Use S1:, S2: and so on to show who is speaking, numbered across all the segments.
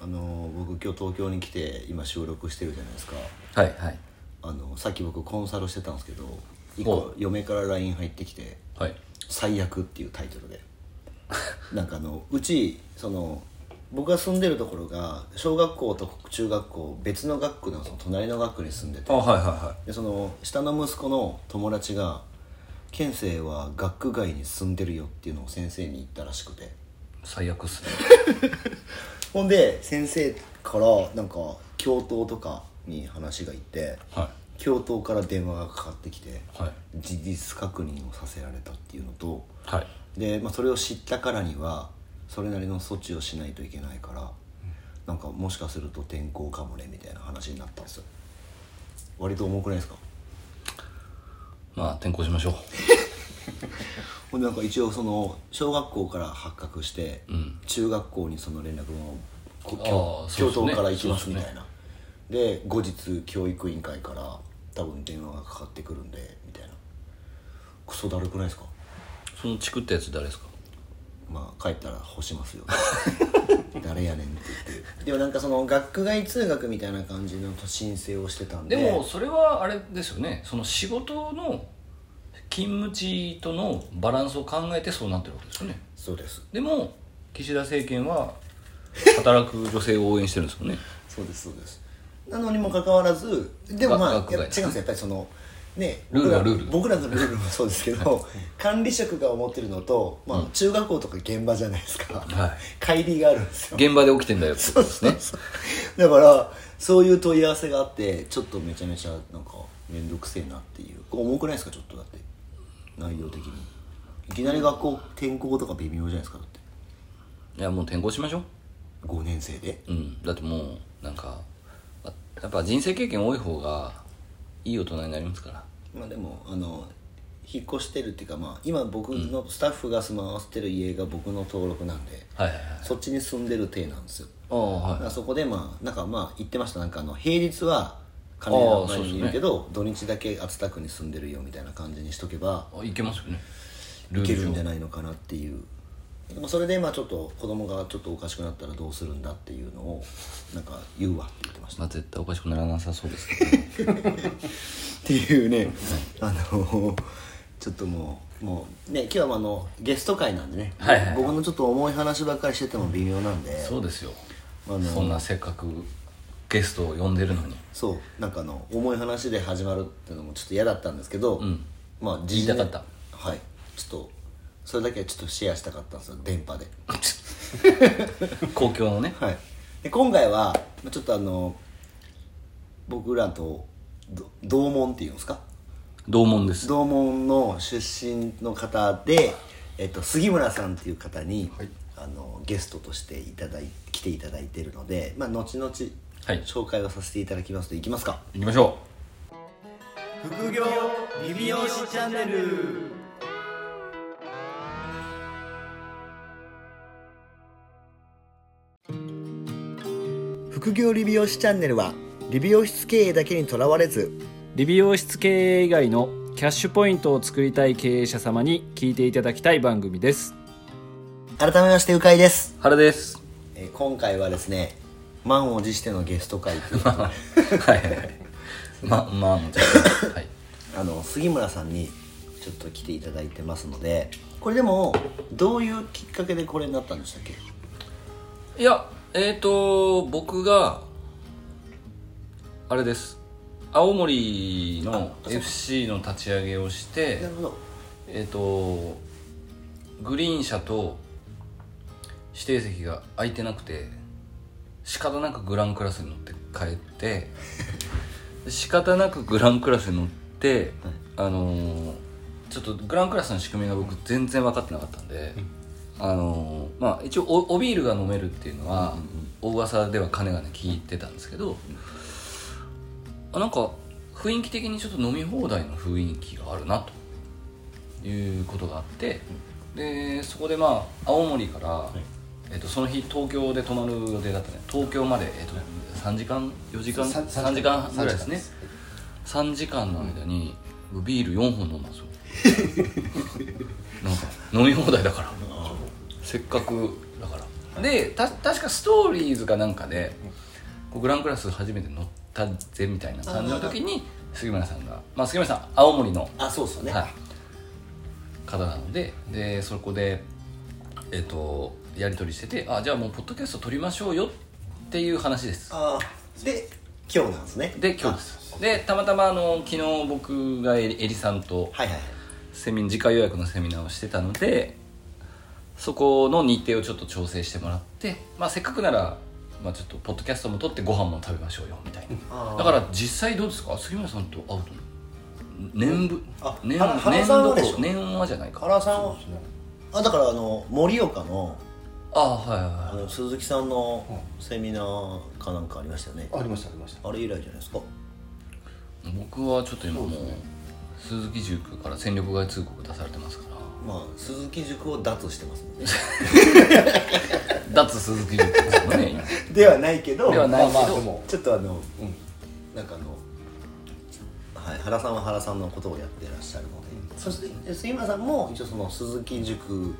S1: あの僕今日東京に来て今収録してるじゃないですか
S2: はいはい
S1: あのさっき僕コンサルしてたんですけど一個
S2: お
S1: 嫁から LINE 入ってきて
S2: はい
S1: 「最悪」っていうタイトルでなんかあのうちその僕が住んでるところが小学校と中学校別の学区のその隣の学区に住んでて
S2: あはいはいは
S1: でその下の息子の友達が「県生は学区外に住んでるよ」っていうのを先生に言ったらしくて
S2: い最悪っすね
S1: ほんで先生からなんか教頭とかに話がいって
S2: は
S1: 教頭から電話がかかってきて
S2: いはい
S1: 事実確認をさせられたっていうのと
S2: はい
S1: で、まあ、それを知ったからにはそれなりの措置をしないといけないからなんかもしかすると転校かもねみたいな話になったんですよ割と重くないですか
S2: まあ転校しましょう
S1: ほんでなんか一応その小学校から発覚して、
S2: うん
S1: 中学校にその連絡もこ
S2: あーそ
S1: 教
S2: うっすね
S1: 教頭から行きますみたい
S2: そう
S1: なで,、後日教育委員会から多分電話がかかってくるんでみたいなクソだるくないですか
S2: そのチクったやつ誰ですか
S1: まあ帰ったら干しますよ 誰やねんって言ってでもなんかその学区外通学みたいな感じの申請をしてたんで
S2: でもそれはあれですよねその仕事の勤務地とのバランスを考えてそうなってるわけですよね
S1: そうです
S2: でも岸田政権は働く女性を応援してるんですよ ね
S1: そうですそうですなのにもかかわらずでもまあ
S2: が
S1: やっぱ
S2: 学
S1: 違う
S2: 外
S1: んですよやっぱりそのね
S2: ルール
S1: 僕
S2: は
S1: ら
S2: ルール
S1: 僕らのルールもそうですけど管理職が思ってるのと、まあ、中学校とか現場じゃないですか、
S2: は
S1: 乖離があるんですよ
S2: 現場で起きてんだよってことですね
S1: だからそういう問い合わせがあってちょっとめちゃめちゃなんか面倒くせえなっていう重くないですかちょっとだって内容的にいきなり学校転校とか微妙じゃないですかだって
S2: いやもう転校しましょう
S1: 5年生で
S2: うん、だってもうなんかあやっぱ人生経験多い方がいい大人になりますから
S1: まあでもあの引っ越してるっていうかまあ今僕のスタッフが住まわせてる家が僕の登録なんで、
S2: はいはいはい
S1: そっちに住んでる体なんですよ
S2: ああは
S1: だか
S2: い
S1: らそこでまあなんかまあ言ってましたなんかあの平日は金の前にいるけど、土日だけ熱田区に住んでるよみたいな感じにしとけば
S2: あいけますよね
S1: い
S2: ル
S1: け
S2: ー
S1: るんじゃ
S2: ル
S1: ないのかなっていうでもそれでまあちょっと子供がちょっとおかしくなったらどうするんだっていうのをなんか言うわって言ってました
S2: まあ絶対おかしくならなさそうですけど
S1: っていうね、あのちょっともうもうね今日はまああのゲスト会なんでね、
S2: はいはいはい
S1: 僕のちょっと重い話ばっかりしてても微妙なんで
S2: そうですよ
S1: あの
S2: そんなせっかくゲストを呼んでる のに
S1: そうなんかあの重い話で始まるっていうのもちょっと嫌だったんですけど、
S2: ん
S1: まあ
S2: 言いたかった
S1: はいちょっとそれだけはちょっとシェアしたかったんですよ電波で
S2: 公共のね
S1: はいで今回はまあちょっとあの僕らとど同門っていうんですか
S2: 同門です
S1: 同門の出身の方で、えっと、杉村さんっていう方に、あのゲストとしていただい来ていただいてるので、まあ、後々
S2: はい
S1: 紹介をさせていただきますといきますか
S2: 行きましょ
S1: 副業リビオシチャンネル副業理美容師チャンネルは理美容室経営だけにとらわれず
S3: 理美容室経営以外のキャッシュポイントを作りたい経営者様に聞いていただきたい番組です
S1: 改めましてうかいです
S2: う原です
S1: えー今回はですね満を持してのゲスト会という ことで
S2: はいはいはいままあもちろんはい
S1: あの杉村さんにちょっと来ていただいてますのでこれでもどういうきっかけでこれになったんでしたっけ
S2: いやえっ、ー、と僕があれです青森の FC の立ち上げをして
S1: なるほど
S2: えっ、とグリーン車と指定席が空いてなくて仕方なくグランクラスに乗って帰 ってで仕方なくグランクラスに乗って、あのーちょっとグランクラスの仕組みが僕全然分かってなかったんで、あのーまあ一応おおビールが飲めるっていうのは、大噂ではかねがね聞いてたんですけど、あなんか雰囲気的にちょっと飲み放題の雰囲気があるなということがあって、でそこでまあ青森から、えっと、その日東京で泊まる予定だったね東京まで、えっと、3時間4時間
S4: 三
S2: 3時間ぐらいですね3時間の間にビール4本飲んだんですよなんか飲み放題だからせっかくだからでた確かストーリーズかなんかでこうグランクラス初めて乗ったぜみたいな感じの時に杉村さんが、まあ、杉村さん青森の、
S1: あそうっすよね、
S2: はい、方なのででそこで、えっとやり取りしててあじゃあもうポッドキャスト撮りましょうよっていう話です
S1: ああで今日なんですね
S2: で今日ですでたまたまあの昨日僕がえりえりさんと
S1: はいはいはい
S2: セミ次回予約のセミナーをしてたのでそこの日程をちょっと調整してもらって、まあ、せっかくなら、まあ、ちょっとポッドキャストも撮ってご飯も食べましょうよみたい
S1: あ
S2: な
S1: ー
S2: だから実際どうですか杉村さんと会うと年ぶ
S1: あ
S2: 年
S1: 原原
S2: 年
S1: さん
S2: 度
S1: はでしょ
S2: 年はじゃないか
S1: 原さんはあだからあの盛岡の
S2: ああはいはい
S1: あ
S2: はい
S1: の鈴木さんのセミナーかなんかありましたよね、
S4: ありましたありました
S1: あれ以来じゃないですか
S2: 僕はちょっと今もう
S4: そうですね
S2: 鈴木塾から戦力外通告出されてますから
S1: まあ鈴木塾を脱してますもんね
S2: 脱鈴木塾ですもんね 今
S1: ではないけど
S2: ではないけど
S4: まあまあでも
S1: ちょっとあの
S4: うん
S1: なんかあの、はい、原さんは原さんのことをやってらっしゃるので、そして杉村さんも一応その鈴木塾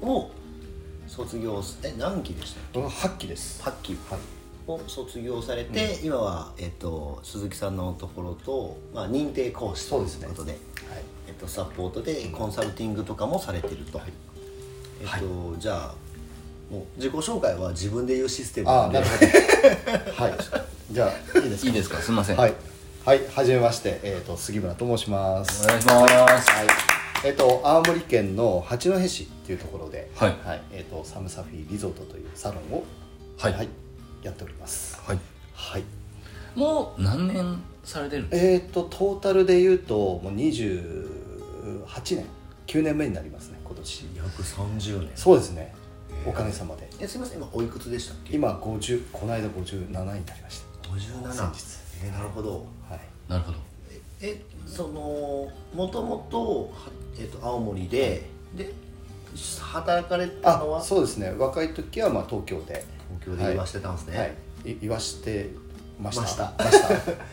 S1: を卒業すえ何期でしたっ
S4: この8期です
S1: け8期
S4: はい
S1: を卒業されて、今は、えっと鈴木さんのところと、まあ、認定講師と
S4: そう
S1: い
S4: ですね
S1: うことで
S4: はい
S1: えっと、サポートでコンサルティングとかもされてると、えっと、じゃあもう自己紹介は自分で言うシステムな
S4: ああ
S1: んで
S4: なるほどはいじゃあいいですか
S2: いいですかすいません、
S4: はいはいはじめましてえっ、と杉村と申します
S2: お願いします
S4: はい、えっ、と青森県の八戸市っていうところで、
S2: はい
S4: えっ、とサムサフィーリゾートというサロンを
S2: はい
S4: やっております。
S2: はい
S4: はい。
S2: もう何年されてるんですか
S4: えっ、とトータルで言うともう二十八年、九年目になりますね今年。
S1: 約30年
S4: そうですね。おかげさまで。
S1: えすいません今おいくつでしたっけ
S4: 今五十この間五十七になりまし
S1: 57
S4: 先日
S1: えーなるほど
S4: た。はい。
S2: なるほど
S1: ええそのもともと,は、えっと青森でで働かれてたの
S4: あ
S1: は東
S4: そうですね若い時はまあ東京で。
S1: 京で言わしてたんですね、
S4: はい。い言わしてました。
S1: ました
S4: ました。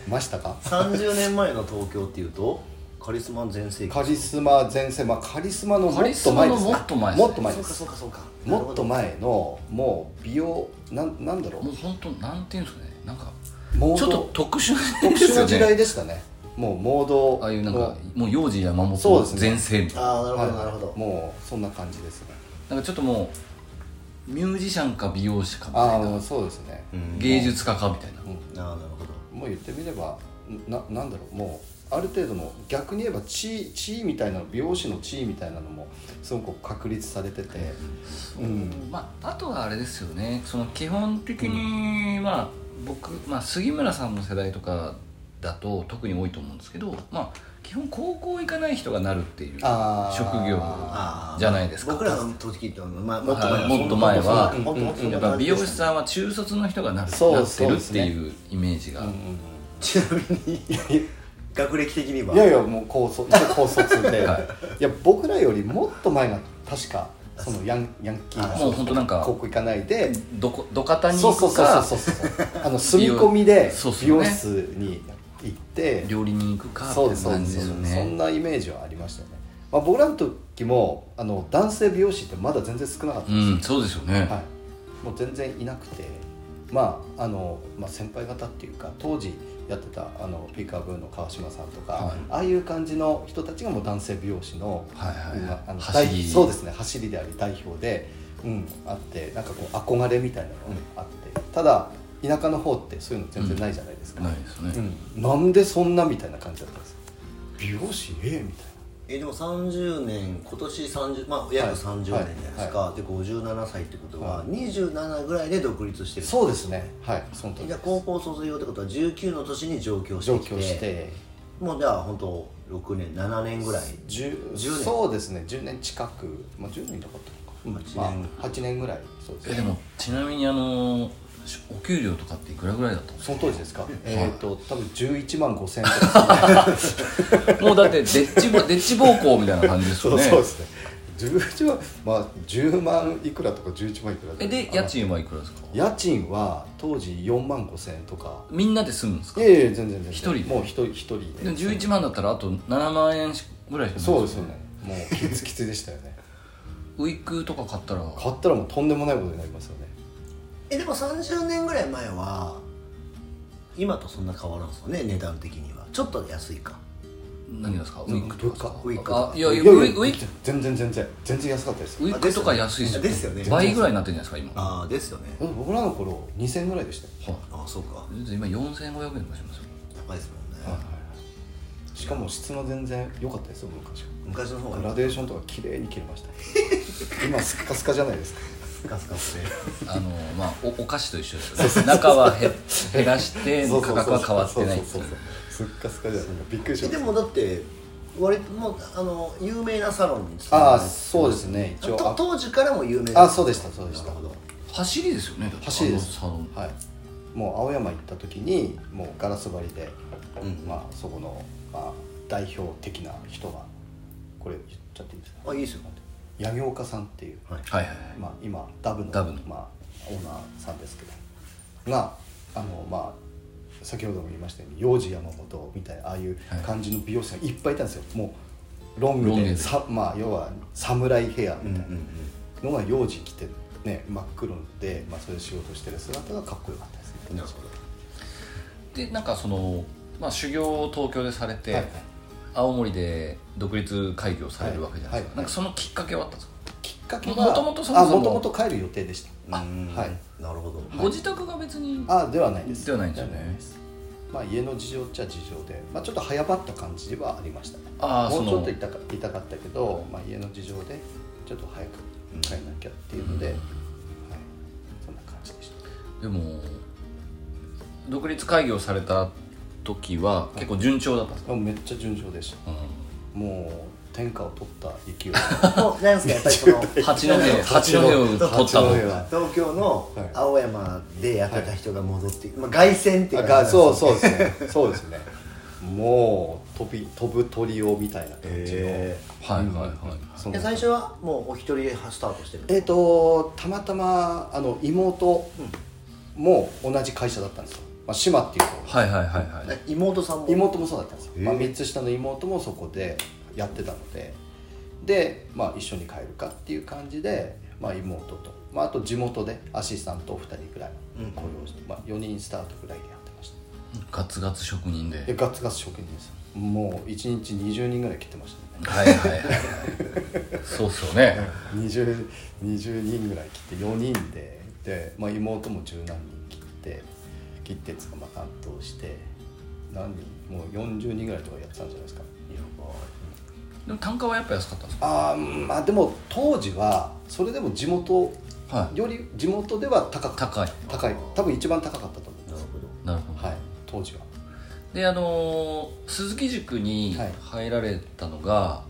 S4: ましたか。
S1: 30年前の東京っていうとカリスマ全盛期
S4: カリスマ前世、まあ、カリスマのもっ
S2: カ
S4: と前
S2: リ
S4: で
S2: ス
S4: す
S2: マのも
S4: も
S2: っと前ですね
S4: もっと前
S1: そう
S4: で
S1: か
S4: す
S1: そうかそうか
S4: もっと前のもう美容なんなんだろ
S2: もう本当なんていうんですかねなんか
S4: うモー
S2: ち
S4: ド
S2: ょっと特殊な
S4: 特殊な時代
S2: で
S4: でしたねもうモード
S2: ああいうなん
S4: の
S2: かもう幼児山本
S4: そうですね
S2: 全盛みたい
S1: ああなるほど
S4: はい
S1: なるほど、
S4: もうそんな感じですね
S2: ななんかちょっともうミュージシャンか美容師かみた
S4: あ
S2: いな
S4: あそうですね、
S2: 芸術家かみたいな
S1: ああなるほど
S4: もう言ってみればななんだろうもうある程度の逆に言えば地位地位みたいなの美容師の地位みたいなのもすごく確立されてて、うん
S2: まああとはあれですよねその基本的にまあ僕まあ杉村さんの世代とかだと特に多いと思うんですけどまあ基本高校行かない人がなるっていう
S4: あー
S2: 職業
S1: あー
S2: じゃないですか
S1: 僕らの時ってまあもっと前は
S2: は
S1: い
S2: もっと前は
S1: そんなもっともっとそん
S2: や
S1: な
S2: っぱ
S1: 感
S2: 美
S1: じ
S2: 容
S1: で
S2: 師
S1: したね
S2: さんは中卒の人がなる
S4: そう
S2: なって
S4: そう
S2: る
S4: で
S2: っ
S4: す
S2: て
S4: ね
S2: いうイメージが、
S1: ちなみに 学歴的にはい
S4: やいやもう高卒一応高卒で、
S2: はい
S4: い、や僕らよりもっと前が確かそのヤンヤンキーな
S2: もう本当なんか
S4: 高校行かないで
S2: どこど方に
S4: そう
S2: 行
S4: そう
S2: く
S4: そう
S2: か
S4: そうそう あの住み込みで
S2: そうっす
S4: 美
S2: よね
S4: 容室に行って
S2: 料理に行くかみたい
S4: そ
S2: う
S4: で
S2: な
S4: すそう
S2: 感
S4: で
S2: じですすよ
S4: そん
S2: ね
S4: なイメージはありましたね、まあ、僕らの時もあの男性美容師ってまだ全然少なかった
S2: うん
S4: ですよ、
S2: んそうですよね、
S4: はい、もう全然いなくて、まああのまあ、先輩方っていうか当時やってたあのピーカーブーの川島さんとか、
S2: はい
S4: ああいう感じの人たちがもう男性美容師の,、
S2: はいはいはい
S4: あの
S2: 走
S4: 代
S2: り
S4: 表そうですね走りであり代表で、うん、あってなんかこう憧れみたいなのがあって、ただ田舎の方ってそういうの全然ないじゃないですか、
S2: ないですよね、
S4: うんなんでそんなみたいな感じだったんですよ美容師ええみたいな
S1: えでも30年今年30まあ約
S4: はい
S1: 30年じゃないですか、で57歳ってことは、27ぐらいで独立してる
S4: そうですねはいその時
S1: じゃあ高校卒業ってことは19の年に上京して
S4: 上
S1: きて
S4: 京して
S1: もうじゃあ本当6年7年ぐらい
S4: 10
S1: 10年
S4: そうですね10年近く、まあ、10年いなかったのか
S1: 8年
S4: まあ、8年ぐらいそうです
S2: えでもちなみにあのしお給料とか っていくらぐらいだったんです
S4: その当時ですか、えっ、と多分11万5000円とか、
S2: かもうだってでっちぼでっち暴行みたいな感じです よね
S4: すね11万まあ10万いくらとか11万いくらとか
S2: えで家賃はいくらですか
S4: 家賃は当時4万5000円とか
S2: みんなで住むんです
S4: い
S2: か
S4: やいや全然全然
S2: 一人で
S4: もう一人一人
S2: でも11万だったらあと7万円しぐらいしかない
S4: そうですよねもうきつきつでしたよね
S2: ウィッグとか買ったら
S4: 買ったらもうとんでもないことになりますよね
S1: えでも30年ぐらい前は今とそんな変わらんすよね値段的にはちょっと安いか
S2: 何がですかウィッグとか
S1: ウィッグと
S2: あ
S1: か
S2: いやいやウ
S4: いやいや
S2: ィウィッ
S4: 全然全然全然安かったです
S2: ウィッグとか安いですよ
S1: ですよね
S2: 倍ぐらいになってるじゃないですか今
S1: ああですよね
S4: だって僕らの頃2000ぐらいでしたよ
S2: は
S1: ああそうか
S2: い今4500円とかしますよ
S1: 高いですもんね、
S4: しかも質も全然良かったですよ昔は
S1: 昔の方
S4: グラ
S1: が
S4: デーションとか綺麗に切れま した今スッカスカじゃないですか
S1: スカスカして
S2: あ のまあおお菓子と一緒ですよね中はへ減らして
S4: そう
S2: 価
S4: そうそう
S2: 格は変わってないって
S4: そ
S2: いうう
S4: そうそうスッカスカじゃないびっくりし
S1: え
S4: まし
S1: で
S4: た
S1: もだって割ともうあの有名なサロンに勤め
S4: あ
S1: ら
S4: あ
S1: れて
S4: そうですね一
S1: と
S4: 応あ
S1: 当時からも有名
S4: あそうでしたそうでした
S1: なるほど
S2: 走りですよねだって
S4: 走りです
S2: あのサロン
S4: はいもう青山行った時にもうガラス張りで、
S1: うん
S4: まあ、そこの、まあ、代表的な人がこれ言っちゃっていいんですか
S1: あいいですよ
S4: 八木岡さんっていう、
S1: はい
S2: はいはいはい
S4: まあ、今ダブの
S2: ダブの
S4: まあ、オーナーさんですけどがあのまあ先ほども言いましたように幼児山本みたいなああいう
S2: はい
S4: 感じの美容師さんいっぱいいたんですよもうロング
S2: ロング
S4: で
S2: で
S4: さまあ、要は侍ヘア
S1: う
S4: み
S1: んうん
S4: たいなのが幼児着て、ね、真っ黒で、まあ、それで仕事してる姿がかっこよかったですね
S1: うんなるほど
S2: でなんかその、まあ、修行を東京でされて、
S4: はい
S2: 青森で独立開業されるわけじゃないですか、
S4: はいはい
S2: なんかそのきっかけはあったんですか、
S4: きっかけは
S2: ももともとそもそも
S4: あもともと帰る予定でした
S1: うーん
S4: はい
S1: なるほど
S2: ご自宅が別に
S4: あではないです
S2: ではないんですよね
S4: すまあ家の事情っちゃ事情で、まあ、ちょっと早まった感じはありましたね
S2: あー
S4: もうち
S2: そ
S4: ょ
S2: の
S4: っと痛か痛かったけど、まあ、家の事情でちょっと早く帰らなきゃっていうので、はい、そんな感じでした
S2: でも独立開業された時は結構順調だったんですか、
S4: でもめっちゃ順調でしたもう天下を取った勢 い
S1: もうなんですかやっぱりそ の
S2: うん、八戸八戸を取った
S4: 八戸
S2: もん
S4: は
S1: 東京の
S4: はい
S1: 青山でやってた人が戻って、まあ、凱旋っていう
S4: あ
S1: か
S4: がそうそうですねそうですねもう飛び飛ぶ鳥をみたいな感じの、
S1: へ
S2: はいはいはい、
S4: そん
S1: え
S4: な
S1: 最初はもうお一人でスタートしてる
S4: えっ、とたまたまあの妹も同じ会社だったんですよ、まあ、島っていうとこ
S2: はいはいはいはい
S1: え妹さんも
S4: 妹もそうだったんですよ、まあ、
S1: へえ
S4: 3つ下の妹もそこでやってたのでで、まあ、一緒に帰るかっていう感じで、まあ、妹と、まあ、あと地元でアシスタント2人ぐらい
S1: うん
S4: 雇用して、まあ、4人スタートぐらいでやってまし
S2: ガツガツ職人で
S4: たでガツガツ職人ですよもう1日20人ぐらい来てましたね
S2: はいはいはい はいそうっすよね、
S4: 20, 20人ぐらい切って4人でで、まあ、妹も十何人切って切ってつかまあ担当して何人もう40人ぐらいとかやってたんじゃないですか
S2: でも単価はやっぱ安かったんですか
S4: あーうんまあでも当時はそれでも地元
S2: はい
S4: より地元では高かった
S2: 高い
S4: 高い多分一番高かったと思い
S1: な
S4: ま
S1: る
S4: す
S1: ほど
S2: なるほど、
S4: はい当時は
S2: であのー鈴木塾に
S4: はい
S2: 入られたのが、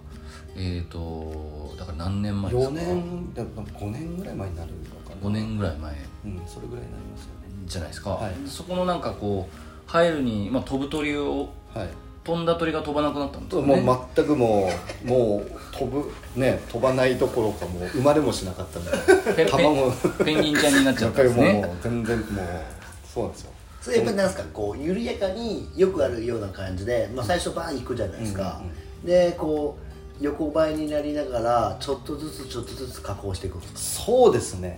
S2: えっ、とだから何年前です
S4: 4
S2: か
S4: 年だ5年ぐらい前になるのかな
S2: 5年ぐらい前
S4: うんそれぐらいになりますよね
S2: じゃないですか、
S4: はい
S2: そこのなんかこう入るに、まあ、飛ぶ鳥を
S4: はい
S2: 飛んだ鳥が飛ばなくなったんですよね
S4: もう全くもうもう飛ぶね飛ばないどころかもう生まれもしなかったみた
S2: ペ
S4: い
S2: ン ペン
S4: な卵や
S2: ペンギンちゃんになっちゃ
S4: っ
S2: った
S4: ぱ
S2: んで
S4: り
S2: す
S4: もう
S2: ね
S4: 全然もうそうなんですよ
S1: それやっぱりなんですかこう緩やかによくあるような感じで、まあ、最初バーン行くじゃないですか、
S4: うんうん
S1: でこう横ばいになりながらちょっとずつちょっとずつ加工していく
S4: そうですね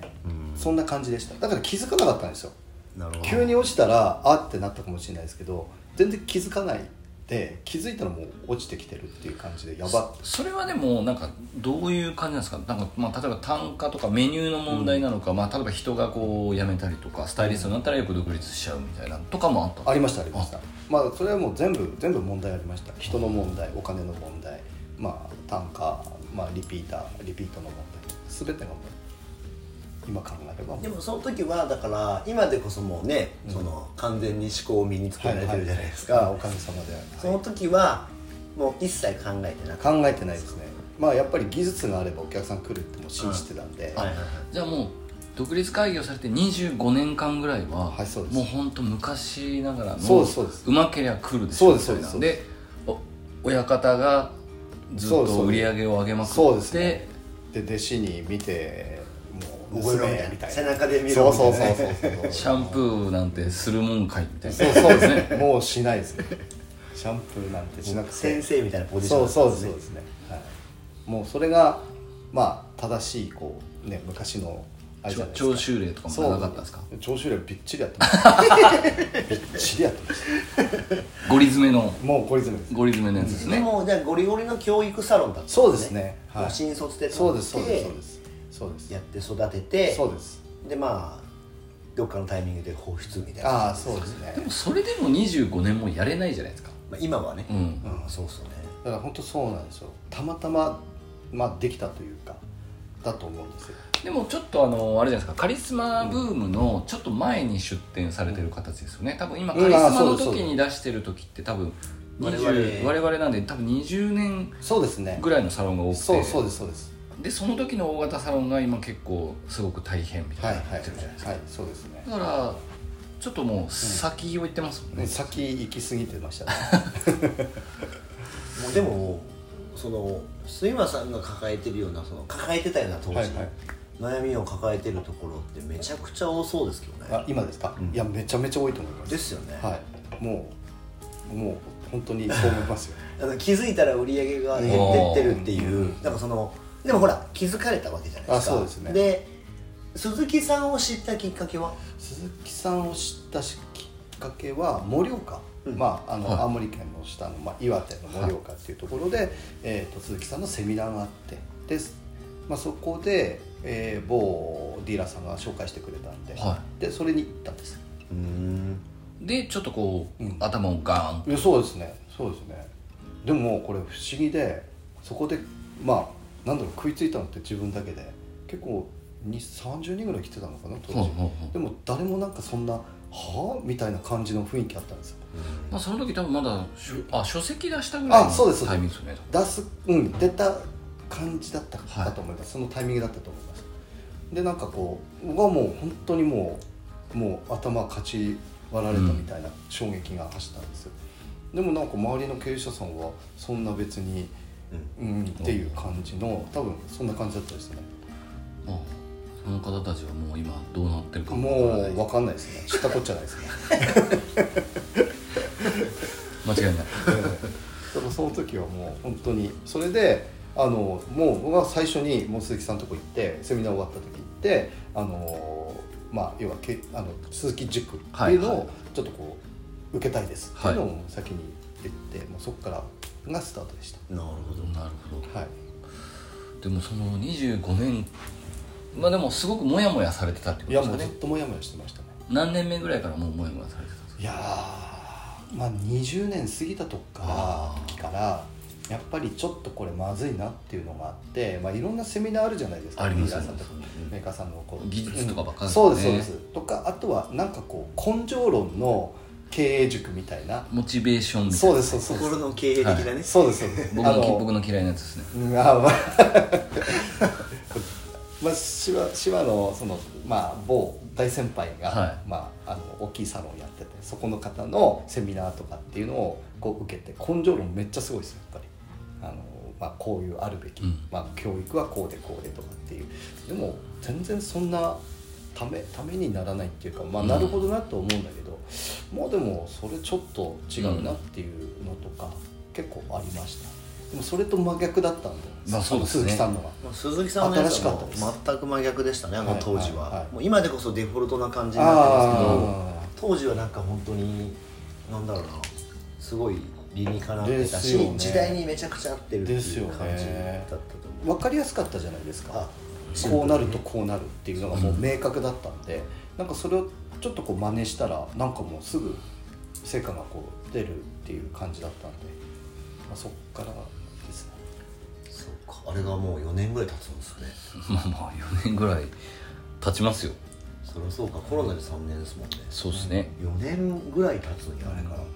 S4: そんな感じでしただから気づかなかったんですよ
S1: なるほ
S4: 急に落ちたらあってなったかもしれないですけど全然気づかないで気づいたらもう落ちてきてるっていう感じでやば
S2: それはでもなんかどういう感じなんですかなんか、まあ、例えば単価とかメニューの問題なのか、まあ、例えば人がこう辞めたりとかスタイリストになったらよく独立しちゃうみたいなとかもあったんですか
S4: ありましたありましたまあそれはもう全部全部問題ありました人の問題お金の問題まあ単価まあリピーターリピートの問題全てがもう今考えればも
S1: で
S4: う
S1: もその時はだから今でこそもうね、その完全に思考を身につけられてるじゃないですか、
S4: はいはいおかげさまで、
S1: その時はもう一切考えてなかっ
S4: 考えてないですねまあやっぱり技術があればお客さん来るってもう信じてたんで、
S1: た、はいはいはい、
S2: じゃあもう独立会議をされて25年間ぐらいは、
S4: はいそうです
S2: もう本当昔ながらの
S4: そうですそうです
S2: まけりゃ来るでし
S4: そう
S2: ょ
S4: ですそうです
S2: みたいなでお親方がずっ
S4: そうです
S2: と売り上げを上げまくって
S4: そうですねで弟子に見てもう
S1: 覚えろ
S4: 娘
S1: みたいな
S4: みたいな
S1: 背中で見ろ
S4: そうそう
S1: み
S4: そ
S1: たいうな
S4: そうそう
S2: シャンプーなんてするもんかいみたいな
S4: そうそうですねもうしないですねシャンプーなんてしなくて
S1: 先生みたいなポジション
S4: そうそうそうですね、はい、もうそれがまあ正しいこうね昔のあれじゃないですか
S2: 徴収令とかもなかったんですか
S4: そう徴収料びっちりやってま したびっちりやってまし
S2: ゴリ詰めの
S4: たもう懲り詰めです
S2: ゴリ詰めのやつです
S1: で
S2: ね
S1: もじゃあゴリゴリの教育サロンだったん
S4: そうですねはい
S1: 新卒で
S4: そうです
S1: 撮
S4: そ
S1: っ
S4: う
S1: て
S4: ですそうですそうです
S1: やって育てて
S4: そうです
S1: でまあどっかのタイミングで放出みたいな
S4: ああそうですね
S2: でもそれでも25年もやれないじゃないですか
S1: まあ、今はね、
S2: うん
S1: うんそうっすよね
S4: だから本当そうなんですよたまたま、まあ、できたというかだと思うんですよ
S2: でもちょっとあのあれじゃないですかカリスマブームのちょっと前に出展されてる形ですよね多分今
S4: うん
S2: カリスマ
S4: あーそ
S2: の
S4: うです
S2: 時に出してる時って多分
S1: 我々
S2: 20我々なんで多分20年
S4: そうですね
S2: ぐらいのサロンが多くて
S4: そうそうですそうです
S2: でその時の大型サロンが今結構すごく大変みた
S4: はいい
S2: な
S4: は
S2: に
S4: い
S2: なってるじゃないですか、
S4: はいそうですね
S2: だからちょっともう先を言ってますもんね、
S4: 先行き過ぎてま したね
S1: もうでもその杉村さんが抱えてるようなその抱えてたような当時、
S4: はいはい
S1: 悩みを抱えてるところってめちゃくちゃ多そうですけどね
S4: あ今ですか、いやめちゃめちゃ多いと思います
S1: ですよね、
S4: はいもうもう本当にそう思いますよ
S1: あの気づいたら売り上げが減ってってるっていうなんかそのでもほら気づかれたわけじゃないですか
S4: あそうですね
S1: で鈴木さんを知ったきっかけは
S4: 鈴木さんを知ったしきっかけは盛岡、まああの、青森県の下の、まあ、岩手の盛岡っていうところで、えー、と鈴木さんのセミナーがあってで、まあ、そこで、えー某ディーラーさんが紹介してくれたんで,、
S2: は
S4: でそれに行ったんです
S1: うん
S2: でちょっとこう、
S4: うん
S2: 頭をガーン
S4: いやそうですねそうですねでももうこれ不思議でそこでまあなんだろう食いついたのって自分だけで結構に30人ぐらい来てたのかな当時、
S2: ほうほうほう
S4: でも誰もなんかそんな「はあ?」みたいな感じの雰囲気あったんですよ
S2: まあ、その時多分まだ書あ書籍出したぐらいの
S4: あそうですそうです
S2: タイミングですよね
S4: 出す、うん、出た感じだったか、
S2: はい
S4: だと思いますそのタイミングだったと思いますでなんかこう僕はもう本当にもうもう頭かち割られたみたいな衝撃が走ったんですよ、でもなんか周りの経営者さんはそんな別に、うんっていう感じの多分そんな感じだったですね
S2: まあその方たちはもう今どうなってるか
S4: も
S2: もわからな
S4: う
S2: い
S4: 分かんないですね知ったこっちゃないですね
S2: 間 違いない
S4: でもその時はもう本当にそれであのもう僕は最初にもう鈴木さんのとこ行ってセミナー終わった時行ってあのまあ要はけあの鈴木塾っていうの
S2: はいは
S4: をちょっとこう受けたいですっていうのを先に言って、もうそこからがスタートでし
S1: なるほど
S2: なるほど
S4: たはい
S2: でもその25年まあでもすごくモヤモヤされてたってこと
S4: いや
S2: です
S4: も
S2: か
S4: うずっ
S2: ね
S4: とモヤモヤしてましたね
S2: 何年目ぐらいからもうモヤモヤされてたんですか
S4: いやーまあ20年過ぎたとこから時からやっぱりちょっとこれまずいなっていうのがあって、まあ、いろんなセミナーあるじゃないですか
S2: あります
S4: リーダーさんとかメーカーさんのこう
S2: 技術とかばっかり
S4: うん
S2: ですね
S4: そうですそうですとかあとはなんかこう根性論の経営塾みたいな
S2: モチベーションみたいな
S4: そうですそうですそう
S1: 心
S4: で
S1: の経営的なね、
S4: すそうですそうです
S2: 僕の
S4: あの
S2: 僕の嫌いなやつですね
S4: うんあ まあまあ島島のその、まあ、某大先輩が、
S2: はい
S4: まあ、あの大きいサロンやっててそこの方のセミナーとかっていうのをこう受けて根性論めっちゃすごいですよやっぱりあの、まあ、こういうあるべき、
S2: うん
S4: まあ、教育はこうでこうでとかっていうでも全然そんなためためにならないっていうか、まあ、
S2: うん
S4: なるほどなと思うんだけど、まあでもそれちょっと違うなっていうのとか結構ありましたでもそれと真逆だったんで、
S2: まあそうですね
S4: 鈴木さんのは
S1: まあ鈴木さんのやつはもう
S4: 新しかったで
S1: 全く真逆でしたねあの当時は,、
S4: はいはいはい
S1: もう今でこそデフォルトな感じになってますけど
S4: あ
S1: 当時はなんか本当になんだろうなすごい理にかなってた
S4: で
S1: し、
S4: すよね
S1: 時代にめちゃくちゃ合ってるっていう
S4: ですよね
S1: 感じだったと
S4: あ
S1: 思う、
S4: 分かりやすかったじゃないですか
S1: あ
S4: こうなるとこうなるっていうのがもう明確だったんでなんかそれをちょっとこう真似したらなんかもうすぐ成果がこう出るっていう感じだったんで、まあ、そっからですね
S1: そうかあれがもう4年ぐらい経つんですね
S2: まあまあ4年ぐらい経ちますよ
S1: そりゃそうかコロナで3年ですもんね
S2: そうですね
S1: 4年ぐらい経つのにあれから、
S4: だって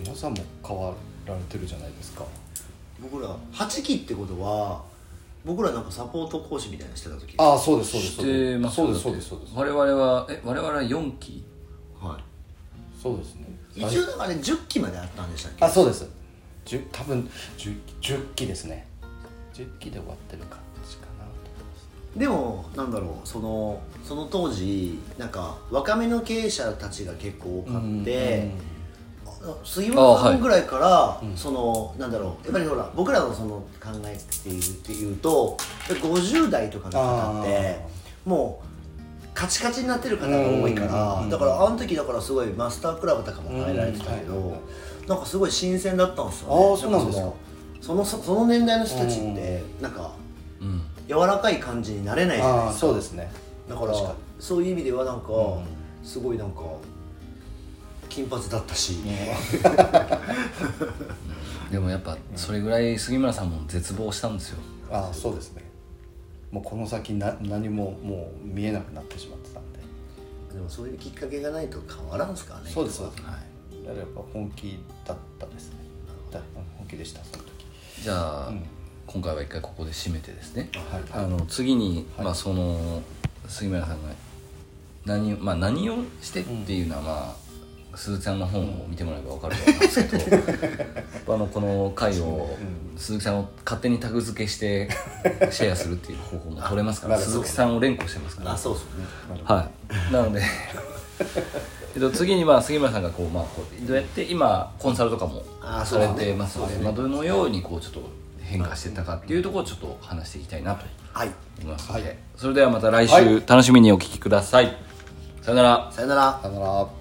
S4: 皆さんも変わられてるじゃないですか
S1: 僕ら8期ってことは僕らなんかサポート講師みたいなのしてた時
S4: ああそうですそうです
S2: し
S4: そうです
S2: てます
S4: そ
S2: よ
S4: うですそうですそうです
S2: 我々はえ我々は4期
S1: はい
S4: そうですね
S1: 一応だからね10期まであったんでしたっけ
S4: あそうですじゅ多分 10, 10期ですね10期で終わってる感じかなと思います
S1: でもなんだろうそのその当時なんか若めの経営者たちが結構多かって、杉村
S2: あ
S1: さ
S2: はい
S1: んぐらいから、そのなんだろうやっぱりほら僕らのその考えっていうっていうとやっぱ50代とかの方ってもうカチカチになってる方が多いから、
S4: うん
S1: だからあの時だからすごいマスタークラブとかも入られてたけど、
S4: うん
S1: なんかすごい新鮮だったんですよ
S4: あ
S1: ね
S4: あそうなんですか
S1: そのそその年代の人たちってなんか
S2: うん
S1: 柔らかい感じになれないじゃない
S4: あ
S1: で
S4: あ
S1: すか
S4: そうですね
S1: だから
S4: 確か
S1: そういう意味ではなんか、
S4: うん
S1: すごいなんか金髪だったし、
S2: でもやっぱそれぐらい杉村さんも絶望したんですよ
S4: ああそうですねもうこの先な何ももう見えなくなってしまってたんで
S1: でもそういうきっかけがないと変わらんすからね
S4: そうですそうです
S2: は
S4: だからやっぱ本気だったですねだうん本気でしたその時
S2: いじゃあ、
S4: うん
S2: 今回は一回ここで締めてですね
S4: はい
S2: あの次に、
S4: はい
S2: まあその杉村さんが何,、まあ、何をしてっていうのは、まあ鈴木さんの本を見てもらえば分かると思うんですけど やっぱあのこの回を鈴木さんを勝手にタグ付けしてシェアするっていう方法も取れますから
S4: なるほど
S2: 鈴木さんを連呼してますから
S1: あそうですね
S2: はい、な のでえっと次にまあ杉村さんがこう、まあ、こうどうやって今コンサルとかも
S1: あそ
S2: さ
S1: うで
S2: れ
S1: すね
S2: てますので
S1: そうですね
S2: まあ、どのようにこうちょっと変化していったかっていうところをちょっと話していきたいなと
S1: はい
S2: 思いますので、
S4: はい
S2: それではまた来
S4: は
S2: 週楽しみにお聞きください、さよなら
S1: さよなら
S4: さよなら